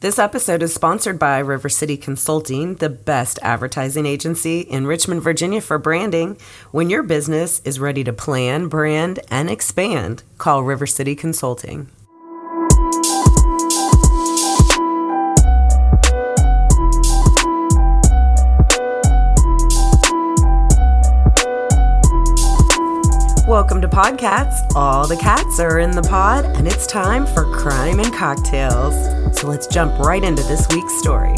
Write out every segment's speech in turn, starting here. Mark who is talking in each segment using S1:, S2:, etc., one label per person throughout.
S1: This episode is sponsored by River City Consulting, the best advertising agency in Richmond, Virginia for branding. When your business is ready to plan, brand, and expand, call River City Consulting. Welcome to Podcats. All the cats are in the pod, and it's time for crime and cocktails. So let's jump right into this week's story.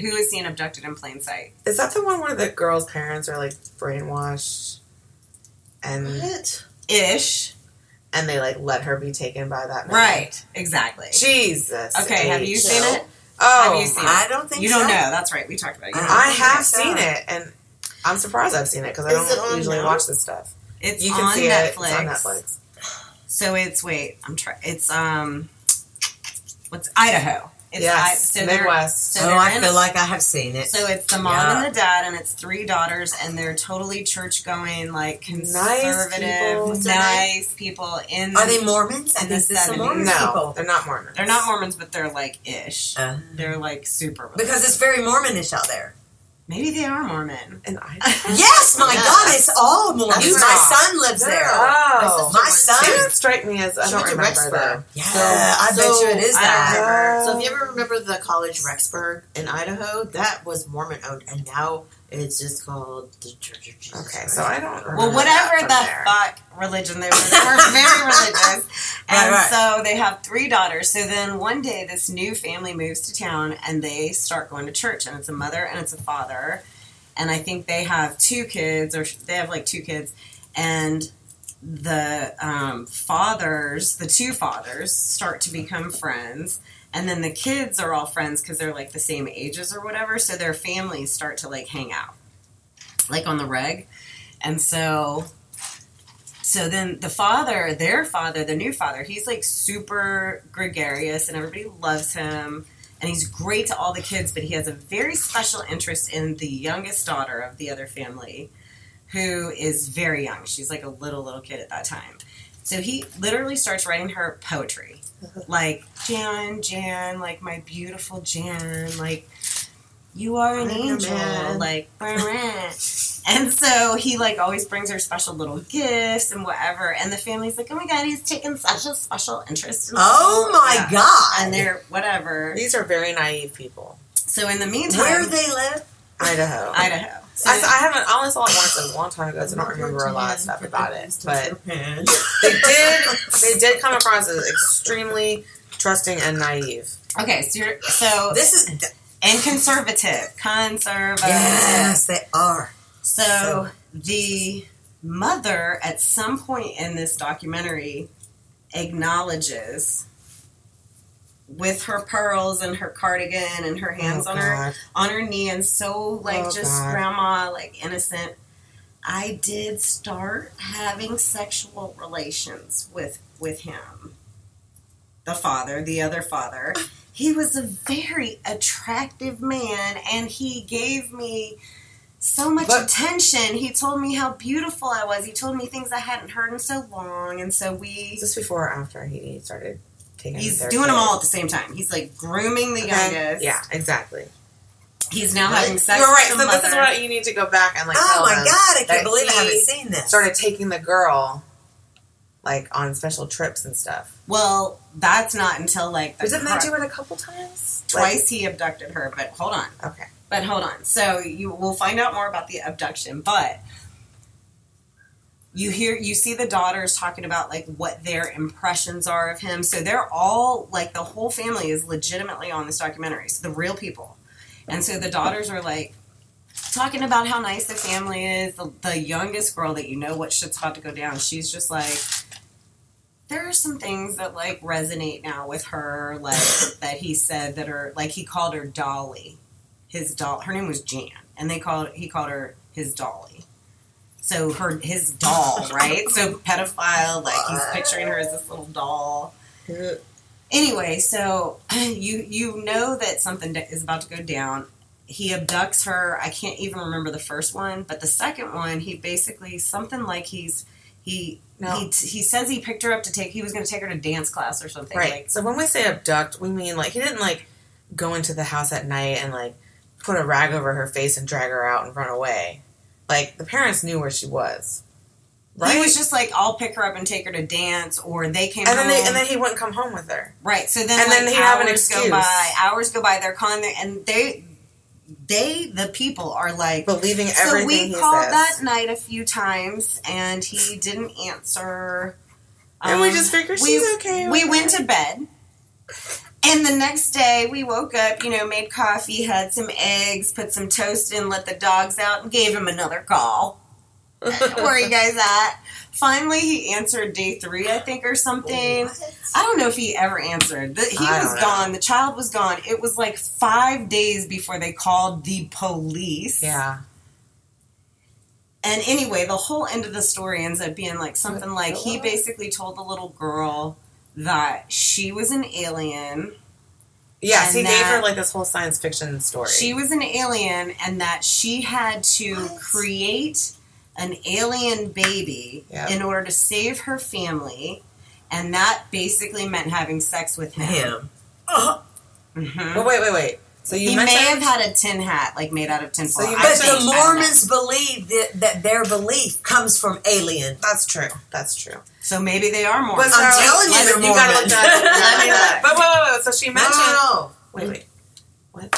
S1: Who is seen abducted in plain sight?
S2: Is that the one where the girl's parents are like brainwashed and
S3: What?
S1: Ish.
S2: and they like let her be taken by that man?
S1: Right. Exactly.
S2: Jesus.
S1: Okay, have you
S2: H.
S1: seen it?
S2: Oh,
S1: have you seen it?
S2: I don't think
S1: You don't
S2: so.
S1: know. Oh, That's right. We talked about it. You don't
S2: I
S1: know.
S2: have
S3: so.
S2: seen it and I'm surprised I've seen it because I
S3: Is it
S2: don't
S3: on
S2: usually
S3: now?
S2: watch this stuff.
S1: It's
S2: You can
S1: on
S2: see
S1: Netflix.
S2: it. It's on Netflix.
S1: So it's wait, I'm trying. It's um, what's Idaho? It's I,
S2: yes,
S1: so they're
S2: Midwest.
S1: so
S3: Oh,
S1: they're
S3: I
S1: in-
S3: feel like I have seen it.
S1: So it's the mom
S3: Yeah.
S1: and the dad, and it's three daughters, and they're totally church going, like
S2: people.
S1: conservative,
S2: What's
S1: nice,
S3: their
S1: people. In
S3: Are they Mormons? I
S1: In the
S3: think this is
S1: 70s.
S3: Mormon
S2: no,
S3: people.
S2: they're not Mormons.
S1: They're not Mormons, but they're like ish.
S2: Oh.
S3: Uh,
S1: They're like super. Religious.
S3: because it's very Mormonish out there.
S1: maybe they are Mormon.
S2: And I.
S3: Yes, my
S2: Yes.
S3: God, it's all Mormon.
S2: That's
S3: My
S2: right.
S3: son lives there.
S2: Oh,
S3: My son.
S2: She didn't strike me as I
S4: She
S2: don't
S4: went to
S2: remember
S4: Rexburg.
S2: that.
S3: Yeah, I bet you it is
S1: So,
S3: that.
S2: Uh,
S4: So if you ever remember the college Rexburg in Idaho, that was Mormon owned, and now it's just called the Church of Jesus.
S2: Okay,
S4: Christ.
S2: so I don't. Remember
S1: Well,
S2: that
S1: whatever
S2: from
S1: the
S2: there.
S1: fuck religion they were, they were very religious. And
S3: Right, right.
S1: so they have three daughters. So then one day, this new family moves to town and they start going to church. And it's a mother and it's a father. And I think they have two kids, or they have like two kids. And the um, fathers, the two fathers, start to become friends. And then the kids are all friends because they're like the same ages or whatever. So their families start to like hang out, like on the reg. And so so then the father, their father, the new father, he's like super gregarious and everybody loves him. And he's great to all the kids, but he has a very special interest in the youngest daughter of the other family, who is very young. She's like a little, little kid at that time. So he literally starts writing her poetry. Like, Jan, Jan, like my beautiful Jan, like you are an
S4: I'm your
S1: angel.
S4: man.
S1: Like, and so he like always brings her special little gifts and whatever. And the family's like, oh my god, he's taking such a special interest. In
S3: Oh my
S1: Yeah.
S3: God.
S1: And they're whatever.
S2: These are very naive people.
S1: So in the meantime,
S3: Where they live?
S2: Idaho.
S1: Idaho. So
S2: I, I haven't. I only saw it once it was a long time ago, so I don't remember a lot of stuff about it. But they did. They did come across as extremely trusting and naive.
S1: okay, so you're, so
S3: this is
S1: and conservative, conservative.
S3: yes, they are.
S1: So the mother, at some point in this documentary, acknowledges with her pearls and her cardigan and her hands
S3: Oh,
S1: on her on her knee and so like
S2: Oh,
S1: just
S2: God.
S1: grandma like innocent. I did start having sexual relations with with him. The father, the other father. He was a very attractive man and he gave me so much
S2: But-
S1: attention. He told me how beautiful I was. He told me things I hadn't heard in so long and so we
S2: Is this before or after he started taking?
S1: He's
S2: their
S1: doing
S2: kid?
S1: them all at the same time. He's like grooming the
S2: Okay.
S1: youngest.
S2: Yeah, exactly.
S1: He's now having sex
S2: You're right.
S1: with
S2: So
S1: the
S2: this is
S1: mother.
S2: what you need to go back and like.
S3: oh
S2: tell
S3: my
S2: them.
S3: God, I
S2: that
S3: can't believe I
S2: he
S3: haven't seen this.
S2: Started taking the girl, like on special trips and stuff.
S1: Well, that's not until like the
S2: Doesn't that
S1: cri-
S2: do it a couple times?
S1: twice he abducted her, but hold on.
S2: Like, okay.
S1: But hold on. So you will find out more about the abduction, but you hear you see the daughters talking about like what their impressions are of him. So they're all like the whole family is legitimately on this documentary. So the real people. And so the daughters are like talking about how nice the family is. The, the youngest girl that you know what shit's about to go down, she's just like there are some things that like resonate now with her, like that he said that are like he called her Dolly his doll. Her name was Jan, and they called he called her his dolly. So her his doll, right? So pedophile, like he's picturing her as this little doll. Anyway, so you you know that something da- is about to go down. He abducts her. I can't even remember the first one, but the second one, he basically something like he's he
S2: Now,
S1: He, he says he picked her up to take. He was going to take her to dance class or something.
S2: right.
S1: Like,
S2: so when we say abduct, we mean like he didn't like go into the house at night and like put a rag over her face and drag her out and run away. Like the parents knew where she was, right?
S1: He was just like, "I'll pick her up and take her to dance," or they came
S2: and then they,
S1: home.
S2: and then he wouldn't come home with her.
S1: right. So then,
S2: and
S1: like,
S2: then he'd have an
S1: hours
S2: excuse.
S1: Go by, hours go by. They're calling there, and they, they, the people are like,
S2: Believing
S1: So
S2: everything
S1: we
S2: he
S1: called
S2: says.
S1: that night a few times, and he didn't answer.
S2: and we
S1: Um,
S2: just figured
S1: we-
S2: she's okay.
S1: we went to bed, and the next day we woke up. You know, made coffee, had some eggs, put some toast in, let the dogs out, and gave him another call. Where are you guys at? Finally, he answered day three, I think, or something. I don't know if he ever answered. The, he
S2: I don't
S1: was
S2: know.
S1: gone. The child was gone. It was like five days before they called the police.
S2: yeah.
S1: And anyway, the whole end of the story ends up being like something like he basically told the little girl that she was an alien.
S2: Yes, he
S1: And
S2: gave
S1: that-
S2: her like this whole science fiction story.
S1: She was an alien and that she had to create an alien baby
S2: Yep.
S1: in order to save her family. And that basically meant having sex with him.
S4: Him.
S3: Oh,
S1: Mhm.
S2: Well, wait, wait, wait. So you
S1: He may
S2: mentioned
S1: have had a tin hat, like made out of tin
S2: So
S1: foil.
S2: you
S1: I
S3: But
S1: think-
S3: the
S1: I don't know.
S3: Mormons believe that, that their belief comes from alien.
S2: That's true. That's true.
S1: So maybe they are
S2: But
S1: Mormons.
S2: so-
S3: I'm telling you,
S2: let-
S3: they're
S2: you gotta look
S3: Mormons.
S2: that. up. Let me look. But wait, wait, wait. So she
S4: No,
S2: mentioned.
S4: no,
S2: Wait, wait.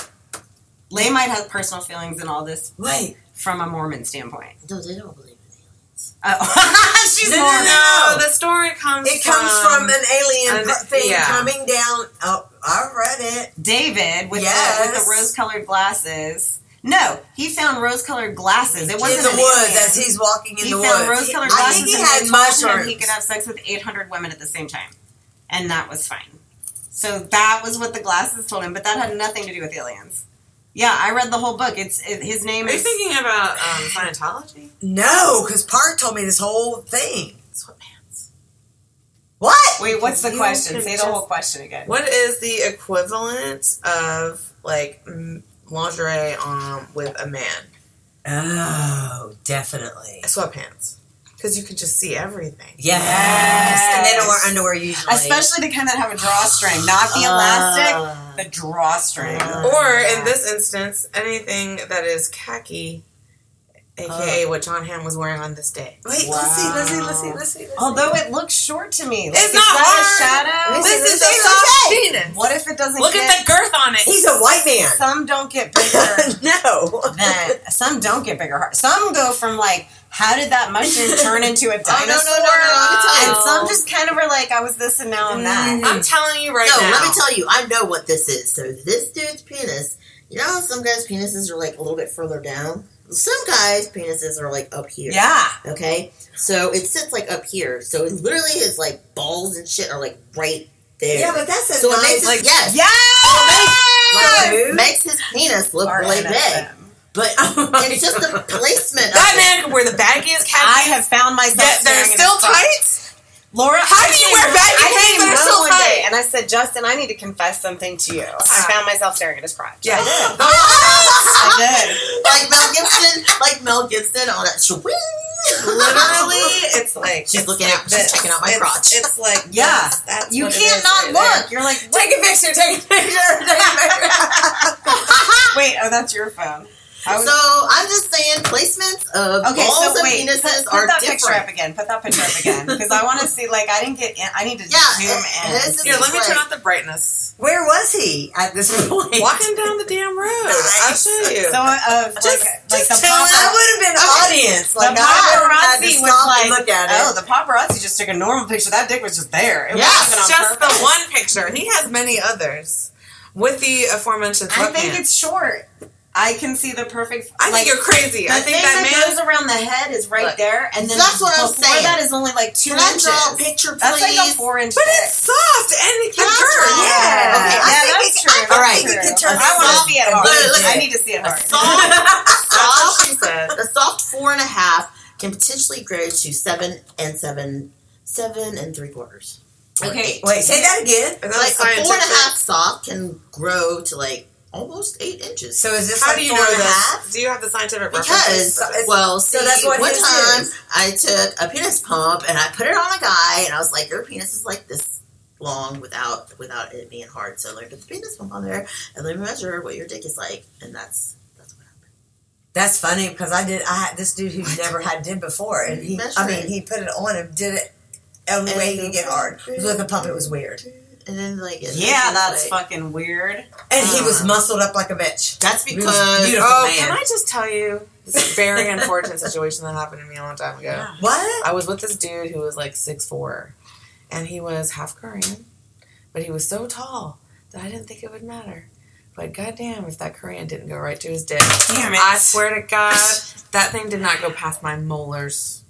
S1: They might have personal feelings in all this
S4: no. Wait.
S1: from a Mormon standpoint.
S4: No, they don't believe in aliens.
S1: Oh. She's
S3: No, no,
S1: Mormon.
S2: No, the story comes.
S3: It comes from an alien
S2: um, an-
S3: pro- thing
S2: yeah.
S3: coming down. Oh, I read it.
S1: David with the, with
S3: Yes.
S1: the rose-colored glasses. No, he found rose-colored glasses. It wasn't
S3: in the
S1: an
S3: woods
S1: alien.
S3: as he's walking in
S1: he
S3: the
S1: found
S3: woods.
S1: rose-colored
S3: I
S1: glasses
S3: think he
S1: and
S3: had
S1: he told him he
S3: mushrooms.
S1: could have sex with 800 women at the same time, and that was fine. So that was what the glasses told him, but that had nothing to do with aliens. Yeah, I read the whole book. It's it, his name
S2: Are you
S1: is
S2: thinking about um, Scientology?
S3: No, because Park told me this whole thing.
S2: Sweatpants.
S3: What?
S1: Wait, what's the
S2: You
S1: question?
S2: can
S1: Say the
S2: just-
S1: whole question again.
S2: What is the equivalent of like m- lingerie on with a man?
S3: Oh, definitely.
S2: Sweatpants, because you can just see everything.
S3: Yes. And they don't wear underwear usually.
S1: Especially the kind that have a drawstring, not the elastic,
S4: Uh,
S1: the drawstring.
S3: Uh,
S2: Or in this instance, anything that is khaki, aka what John Hamm was wearing on this day.
S3: Wait,
S1: Wow.
S3: let's see, let's see, let's see, let's see. Let's
S1: Although it looks short to me, like,
S2: It's
S1: is
S2: not
S1: that
S2: hard.
S1: a shadow?
S2: This is a soft penis.
S1: What if it doesn't?
S2: Look
S1: get,
S2: at the girth on it.
S3: see. He's a white man.
S1: Some don't get bigger
S3: no.
S1: than some don't get bigger. Some go from like, how did that mushroom turn into a
S2: Oh, no,
S1: dinosaur?
S2: no, no, no.
S1: And some just kind of were like, I was this and now I'm that.
S2: I'm telling you right
S4: no,
S2: now.
S4: let me tell you, I know what this is. So this dude's penis, you know, how some guys' penises are like a little bit further down. Some guys' penises are like up here.
S1: Yeah,
S4: Okay, so it sits like up here. So it's literally his like balls and shit are like right there.
S3: Yeah, but that's a
S4: so it
S3: nice.
S4: makes
S3: Like,
S4: like yes,
S1: yeah.
S4: So it makes his penis look really big. But it's just the placement.
S2: that
S4: of it.
S2: man could wear the
S1: I
S2: baggiest khaki.
S1: have found myself.
S2: That they're
S1: staring at
S2: still
S1: a fuck.
S2: tights.
S1: Laura,
S2: How
S1: I
S2: do you
S1: came-
S2: wear baggy
S1: I
S2: pants
S1: came
S2: that are
S1: home
S2: so
S1: one day
S2: tight?
S1: and I said, Justin, I need to confess something to you. And I found myself staring at his crotch.
S2: Yeah, I did.
S1: I did.
S4: like Mel Gibson, like Mel Gibson on that. Shwing.
S2: Literally, it's like it's
S4: she's looking
S2: like
S4: out. She's
S2: this.
S4: checking out my
S2: It's-
S4: crotch.
S2: It's like
S1: Yeah.
S2: this. That's
S1: You
S2: what it
S1: can't
S2: is
S1: not
S2: right
S1: look.
S2: there.
S1: You're like,
S2: Take a picture. Take a picture. Take a picture.
S1: wait, oh, that's your phone. I was,
S4: so I'm just saying, placements of
S1: okay,
S4: balls
S1: so
S4: and
S1: wait, put,
S4: penises
S1: put
S4: are
S1: that picture up
S4: different.
S1: again. Put that picture up again because I want to see. Like, I didn't get. In, I need to
S4: Yeah,
S1: zoom
S4: it-
S1: in.
S4: it is-
S2: Here, let me
S4: It's
S2: turn
S4: like-
S2: off the brightness.
S3: where was he at this point?
S2: Walking down the damn road. I'll show you.
S1: so, uh, like,
S2: Just-
S1: like
S2: just
S1: the
S2: show
S3: That
S1: paparazzi,
S3: would have been audience. Like
S1: the
S3: I would have had to
S1: paparazzi was
S3: stop
S1: like,
S3: and look at
S1: oh,
S3: it.
S1: the paparazzi just took a normal picture. That dick was just there. It
S4: Yeah,
S1: wasn't on
S2: just
S1: purpose.
S2: the one picture. He has many others with the aforementioned.
S1: I
S2: sweatpants.
S1: think it's short. I can see the perfect.
S2: I
S1: like,
S2: think you're crazy.
S1: The
S2: I
S1: thing
S2: think
S1: that,
S2: that, man.
S1: goes around the head is right
S2: Look.
S1: there, and then
S4: That's what I'm
S1: before
S4: saying.
S1: That is only like two
S4: Can I
S1: inches.
S4: draw a picture, please?
S1: That's like a four inch.
S2: but
S1: dick.
S2: it's soft and it can
S4: That's
S2: turn.
S4: right.
S1: Okay,
S3: Yeah. I
S1: yeah,
S3: think
S1: that's
S3: we-
S1: true.
S3: I
S1: All
S3: think
S1: right,
S3: we could
S1: I
S3: turn
S1: want to
S3: soft
S1: see it
S3: and
S1: hard.
S4: look at
S1: I
S4: it.
S1: need to see it
S2: A
S1: hard.
S2: soft,
S4: soft,
S2: she said.
S4: a soft four and a half can potentially grow to seven and seven, seven and three quarters.
S1: Okay,
S3: Wait, say that again.
S2: Is that
S4: Like a four and a
S2: scientific-
S4: half soft can grow to like almost eight inches.
S3: So is this
S2: How
S3: like
S2: do you
S3: four
S2: know
S3: and a
S2: this?
S3: half?
S2: Do you have the scientific
S4: Because
S2: references?
S4: well, see,
S3: so that's what
S4: one
S3: his
S4: time
S3: is.
S4: I took a penis pump and I put it on a guy, and I was like, "Your penis is like this long without without it being hard." So I learned to put the penis pump on there, and let me measure what your dick is like, and that's that's what happened.
S3: That's funny because I did. I had this dude who never had did before, and he. I
S4: Measuring.
S3: mean, he put it on and did it. And the
S4: And
S3: way
S4: it
S3: he
S4: was
S3: get hard
S4: like-
S3: it was with a pump. It was weird,
S4: And then like, it-
S1: Yeah,
S4: it's
S1: that's
S4: like-
S1: fucking weird.
S3: and he was
S4: Uh.
S3: muscled up like a bitch.
S4: That's
S3: It was
S4: because
S3: beautiful
S2: oh,
S3: man.
S2: can I just tell you this very unfortunate situation that happened to me a long time ago?
S1: Yeah.
S3: What?
S2: I was with this dude who was like six four, and he was half Korean, but he was so tall that I didn't think it would matter. But goddamn, if that Korean didn't go right to his dick,
S1: Damn it.
S2: I swear to God, that thing did not go past my molars.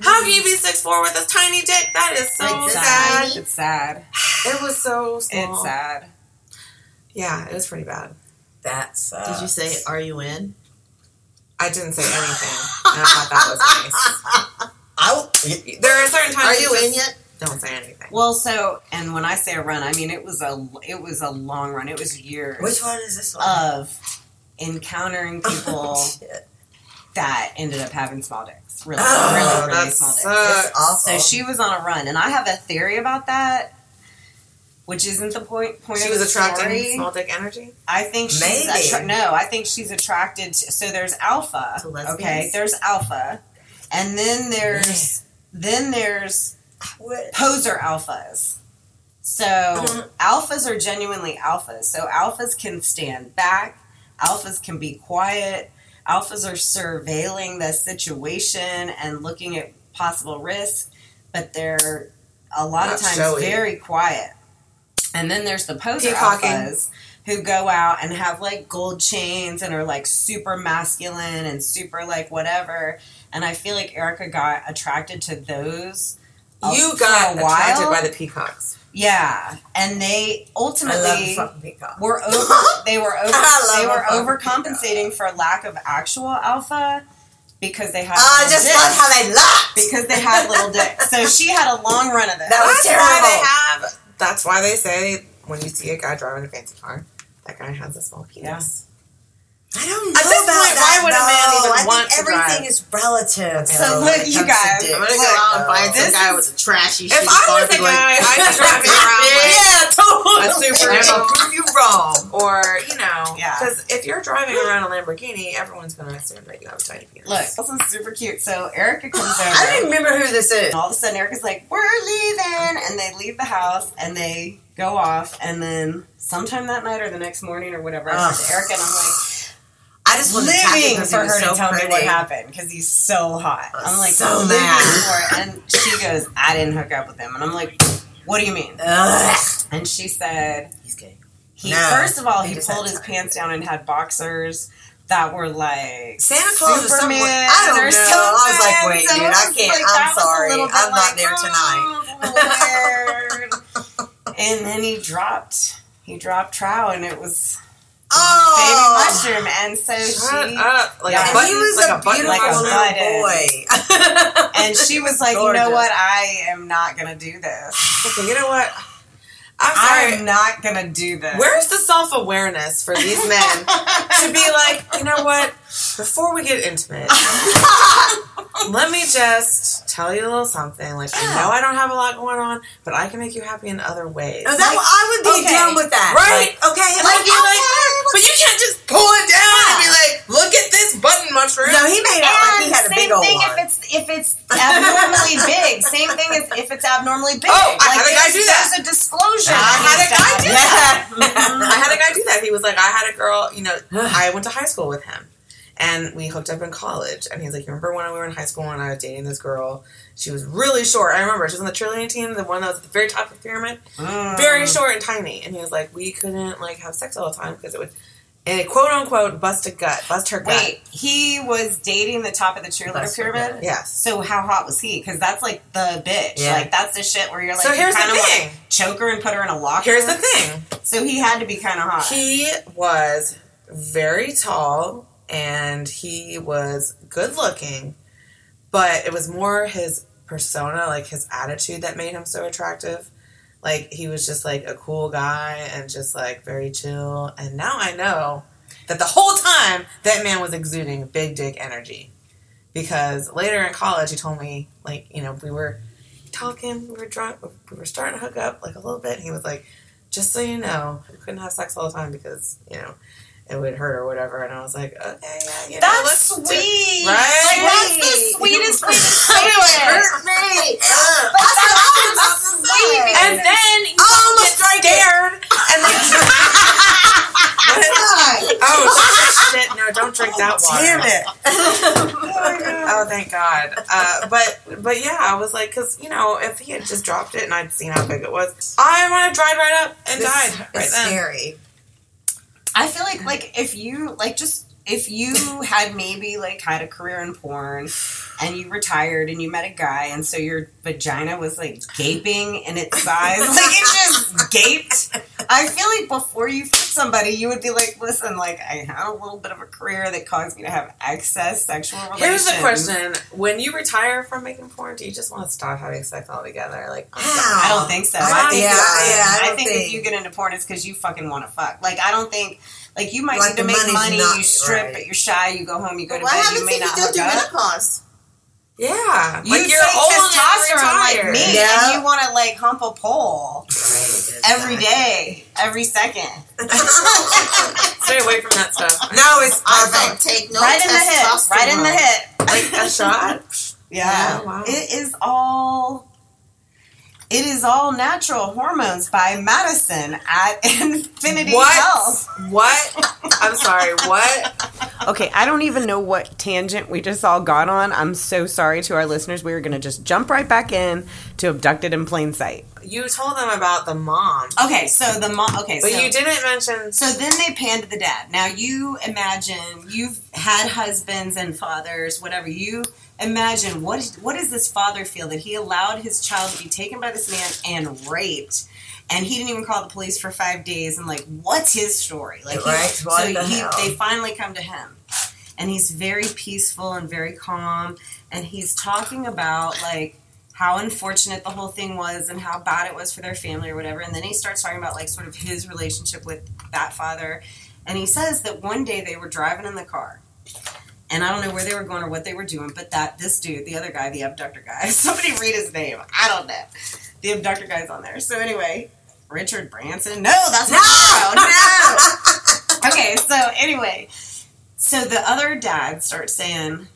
S2: How can you be six four with a tiny dick? That is so
S4: Like this
S2: sad.
S4: tiny?
S1: It's sad.
S2: It was so small.
S1: It's sad.
S2: Yeah, it was pretty bad.
S3: That's. uh,
S4: did you say, "Are you in?"
S2: I didn't say anything, and I thought that was
S3: I,
S2: nice. There are certain times
S4: Are you in
S2: just
S4: yet?
S2: Don't say anything.
S1: Well, so and when I say a run, I mean it was a it was a long run. It was years
S3: which one is this
S4: Uh,
S3: one?
S1: of encountering people
S3: Shit.
S1: that ended up having small dicks. Really,
S3: Oh,
S1: really, really
S2: that
S1: small dicks.
S2: sucks.
S3: It's awful.
S1: So she was on a run, and I have a theory about that, which isn't the point. Point
S2: She
S1: of
S2: was
S1: the
S2: attracting
S1: story.
S2: small dick energy.
S1: I think she's
S3: Maybe.
S1: attra- no. I think she's attracted to. So there's alpha.
S4: To lesbians?
S1: Okay, there's alpha, and then there's then there's
S3: What?
S1: poser alphas. So
S2: Mhm.
S1: alphas are genuinely alphas. So alphas can stand back. Alphas can be quiet. Alphas are surveilling the situation and looking at possible risk, but they're a lot
S2: Not
S1: of times
S2: showy.
S1: very quiet. And then there's the poser
S2: Peacocking.
S1: alphas who go out and have like gold chains and are like super masculine and super like whatever. And I feel like Erica got attracted to those. uh,
S2: You
S1: for
S2: got
S1: a while.
S2: attracted by the peacocks.
S1: Yeah, and they
S3: I love the
S1: ultimately
S3: fucking peacock.
S1: were over. They were over.
S3: I
S1: they were
S3: love a fucking
S1: overcompensating for lack of actual alpha because they had.
S3: I
S1: little
S3: Uh, just
S1: dicks.
S3: love how they laugh.
S1: because they had little dicks. So she had a long run of this.
S3: That was
S2: That's
S3: terrible.
S2: why they have. That's why they say when you see a guy driving a fancy car, that guy has a small penis.
S3: I don't know
S2: At this
S3: about
S2: point,
S3: that.
S2: why would a man
S3: though.
S2: even
S3: I think
S2: want to
S3: everything
S2: drive?
S3: is relative.
S2: So
S3: though,
S1: look,
S3: when it
S1: you
S3: comes to
S1: guys,
S3: dick.
S4: I'm gonna go
S1: Look,
S4: out and find some
S1: this
S4: guy with a trashy.
S2: uh, If I was a guy, I'd drive you around. like,
S3: Yeah, totally.
S2: A Subaru.
S3: And prove you wrong.
S2: Or you know,
S1: Yeah.
S2: because if you're driving around a Lamborghini, everyone's going to assume that you have a tiny penis.
S1: Look, this is super cute. So Erica comes
S3: I don't
S1: over,
S3: even remember who this is.
S1: and all of a sudden Erica's like, "We're leaving," and they leave the house and they go off, and then sometime that night or the next morning or whatever, I
S3: Ugh.
S1: said to Erica, and I'm like.
S3: I just wanted to tap it
S1: living
S3: 'cause
S1: for
S3: he was
S1: her
S3: so
S1: to tell
S3: pretty.
S1: me what happened because he's so hot.
S3: I was
S1: I'm like
S3: so
S1: living
S3: mad.
S1: for it. and she goes, "I didn't hook up with him," and I'm like, "What do you mean?"
S3: Ugh.
S1: And she said,
S4: He's gay.
S1: "He
S3: No,
S1: first of all,
S3: he
S1: he
S3: just
S1: pulled
S3: had
S1: his
S3: time.
S1: pants down and had boxers that were like."
S3: Santa Claus was somewhere.
S1: Superman
S3: I don't know.
S1: or
S3: I was like,
S1: something.
S3: wait,
S1: So
S3: dude,
S1: it
S3: I
S1: was
S3: can't.
S1: like, that
S3: I'm
S1: was a
S3: sorry. I'm
S1: little bit
S3: not
S1: like, "Oh, that's a
S3: there tonight.
S1: little weird." and then he dropped. He dropped trow, and it was baby
S3: Oh,
S1: mushroom. And so
S2: Shut
S1: she
S2: up! Like
S1: Yeah,
S2: a
S1: and
S2: button,
S3: he was
S2: like
S3: a,
S2: button
S3: beautiful
S1: like a
S2: on
S3: little
S1: button.
S3: boy.
S1: and she was like, you know
S2: Gorgeous.
S1: what? I am not gonna do this.
S2: Okay, you know what? I'm sorry.
S1: I'm not gonna do this.
S2: Where's the self awareness for these men to be like, you know what? Before we get intimate, let me just tell you a little something. Like, I know I don't have a lot going on, but I can make you happy in other ways.
S3: Is Oh, that
S2: Like,
S3: what- I would be
S1: okay.
S3: down with that,
S2: Right?
S3: Like, okay,
S2: I'd
S3: like,
S2: be like, but you should just pull it down and be like, look at this button mushroom.
S3: no, he made it out like he had a big
S1: same
S3: old
S1: thing
S3: one.
S1: if it's if it's abnormally big. Same thing as if it's abnormally big.
S2: Oh, I had a guy
S1: there's-
S2: do that. Uh,
S1: There's a disclosure.
S2: I
S1: that
S2: had a guy
S1: needs to
S2: do
S1: happen.
S2: that.
S1: Mhm.
S2: I had a guy do that. He was like, I had a girl, you know, I went to high school with him and we hooked up in college. And he's like, You remember when we were in high school and I was dating this girl? She was really short. I remember she was on the cheerleading team, the one that was at the very top of the pyramid,
S1: Mm.
S2: very short and tiny. And he was like, We couldn't like have sex all the time because it would, and it, quote unquote, bust a gut, bust her gut.
S1: Wait, he was dating the top of the cheerleader
S3: That's so
S1: pyramid.
S3: good.
S2: Yes.
S1: So how hot was he? Because that's like the bitch.
S3: Yeah.
S1: Like that's the shit where you're like,
S2: so here's
S1: you
S2: the
S1: kind of
S2: thing.
S1: choke her and put her in a locker.
S2: Here's the thing.
S1: So he had to be kind of hot.
S2: He was very tall and he was good looking, but it was more his persona, like his attitude, that made him so attractive Like he was just like a cool guy and just like very chill. And now I know that the whole time that man was exuding big dick energy. Because later in college he told me like, you know, we were talking, we were drunk, we were starting to hook up like a little bit. And he was like, just so you know, I couldn't have sex all the time because, you know, it would hurt or whatever. And I was like, okay, yeah, you know,
S1: That's
S2: let's do-
S1: sweet.
S2: Right?
S1: Like, that's the sweetest way to say
S4: Somebody like
S1: it.
S4: hurt me. Ugh.
S1: sweet because
S2: And then you
S1: Oh
S4: almost
S2: get scared and like
S4: God.
S2: Oh shit, shit, no, don't drink that water.
S3: Damn it.
S2: Oh, thank God. Uh, but but yeah, I was like, because you know, if he had just dropped it and I'd seen how big it was, I might have dried right up and
S3: It's-
S2: died right
S3: it's
S2: then.
S3: scary.
S1: I feel like like if you like just if you had maybe like had a career in porn and you retired and you met a guy and so your vagina was like gaping in its size like it just gaped i feel like before you fuck somebody you would be like listen like i had a little bit of a career that caused me to have excess sexual relations
S2: Here's the question: When you retire from making porn, do you just want to stop having sex altogether? Like, I'm done.
S1: I don't think so. I
S2: I
S1: think,
S2: don't-
S1: you're
S2: yeah,
S1: right.
S3: yeah, I
S1: I
S3: don't
S1: think if
S3: think-
S1: you get into porn, it's because you fucking want to fuck. Like, I don't think, like, you might
S3: Like,
S1: need to
S3: the
S1: make
S3: money's
S1: money,
S3: not-
S1: you strip,
S3: right.
S1: but you're shy, you go home, you go to
S4: What
S1: bed, you
S4: happens
S1: may
S4: if
S1: not
S4: you go
S1: hook
S4: through
S1: up.
S4: menopause?
S2: yeah,
S1: You
S2: like
S1: take
S2: you're old and you're
S1: testosterone like
S2: tired.
S1: me,
S3: Yeah.
S1: and you want to like hump a pole every day, every second,
S2: Stay away from that stuff.
S3: No, it's
S4: I
S3: perfect.
S4: don't take no
S1: right in the hip,
S4: testosterone.
S1: right in the hip.
S2: Like a shot.
S1: Yeah,
S2: Yeah, Oh, wow.
S1: it is all. It is all natural hormones by Madison at Infinity
S2: What?
S1: Health.
S2: What? I'm sorry. What?
S1: Okay, I don't even know what tangent we just all got on. I'm so sorry to our listeners. We were going to just jump right back in to abducted in plain sight.
S2: You told them about the mom,
S1: Okay, so the mom. Okay,
S2: but
S1: so
S2: you didn't mention.
S1: so then they panned the dad. Now you imagine you've had husbands and fathers, whatever. You imagine what is, what does this father feel that he allowed his child to be taken by this man and raped, and he didn't even call the police for five days. And like, what's his story? Like, he-
S3: Right, what
S1: so
S3: the
S1: he,
S3: hell?
S1: they finally come to him, and he's very peaceful and very calm, and he's talking about like how unfortunate the whole thing was and how bad it was for their family or whatever. And then he starts talking about like sort of his relationship with that father. And he says that one day they were driving in the car. And I don't know where they were going or what they were doing, but that this dude, the other guy, the abductor guy, somebody read his name. I don't know. The abductor guy's on there. So anyway, Richard Branson. No, that's not. No, no okay, so anyway, so the other dad starts saying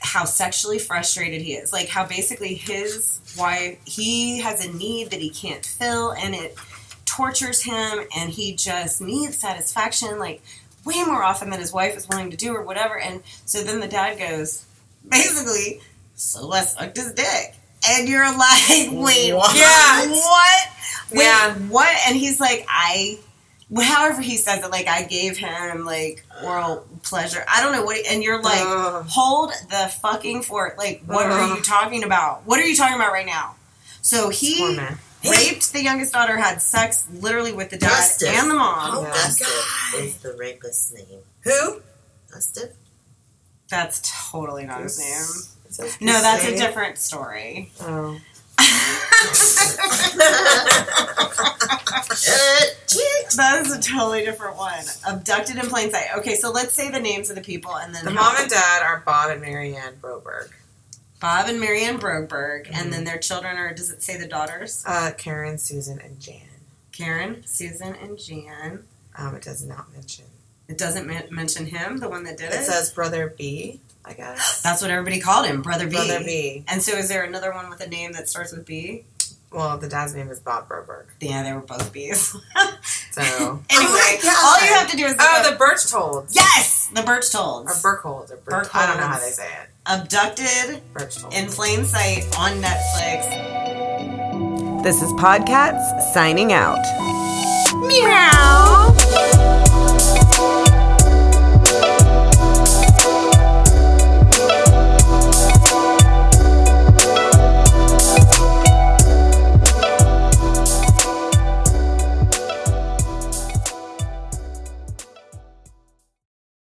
S1: how sexually frustrated he is, like how basically his wife he has a need that he can't fill, and it tortures him, and he just needs satisfaction, like way more often than his wife is willing to do or whatever. And so then the dad goes, basically, so let's suck his dick. And you're like, wait,
S3: What?
S2: Yeah.
S1: what? Wait,
S2: Yeah.
S1: what? And he's like, I, however he says it, like I gave him like oral pleasure. I don't know what. He, and you're like,
S2: Ugh.
S1: hold the fucking fort. Like, what are
S2: Ugh.
S1: you talking about? What are you talking about right now? So
S2: Poor
S1: he
S2: man.
S1: raped the youngest daughter, had sex literally with the dad
S4: Justice.
S1: and the mom.
S4: Oh,
S2: Yeah.
S4: Dustin is the rapist's name.
S3: Who?
S4: Dustin?
S1: That's totally not his name.
S2: Is that
S1: No, that's a
S2: Hussein?
S1: different story.
S2: Oh.
S1: That is a totally different one. Abducted in plain sight. Okay, so let's say the names of the people and then
S2: The
S1: how-
S2: mom and dad are Bob and Marianne Broberg.
S1: Bob and Marianne Broberg,
S2: Mm-hmm.
S1: and then their children are, does it say the daughters?
S2: Uh, Karen, Susan, and Jan.
S1: Karen, Susan, and Jan.
S2: Um, it does not mention.
S1: It doesn't men- mention him, the one that did it.
S2: It says brother B, I guess.
S1: That's what everybody called him, Brother B.
S2: Brother B.
S1: And so is there another one with a name that starts with B?
S2: Well, the dad's name is Bob Broberg.
S1: Yeah, they were both B's.
S2: So.
S1: anyway,
S4: my God.
S1: all you have to do is
S2: oh, the Birchtolds.
S1: Yes! The Birchtolds.
S2: Or Burkholds. Or Birch- I don't know how
S1: Burkholds.
S2: they say it.
S1: Abducted
S2: Birchtolds.
S1: in Plain Sight on Netflix. This is Podcats signing out. Meow.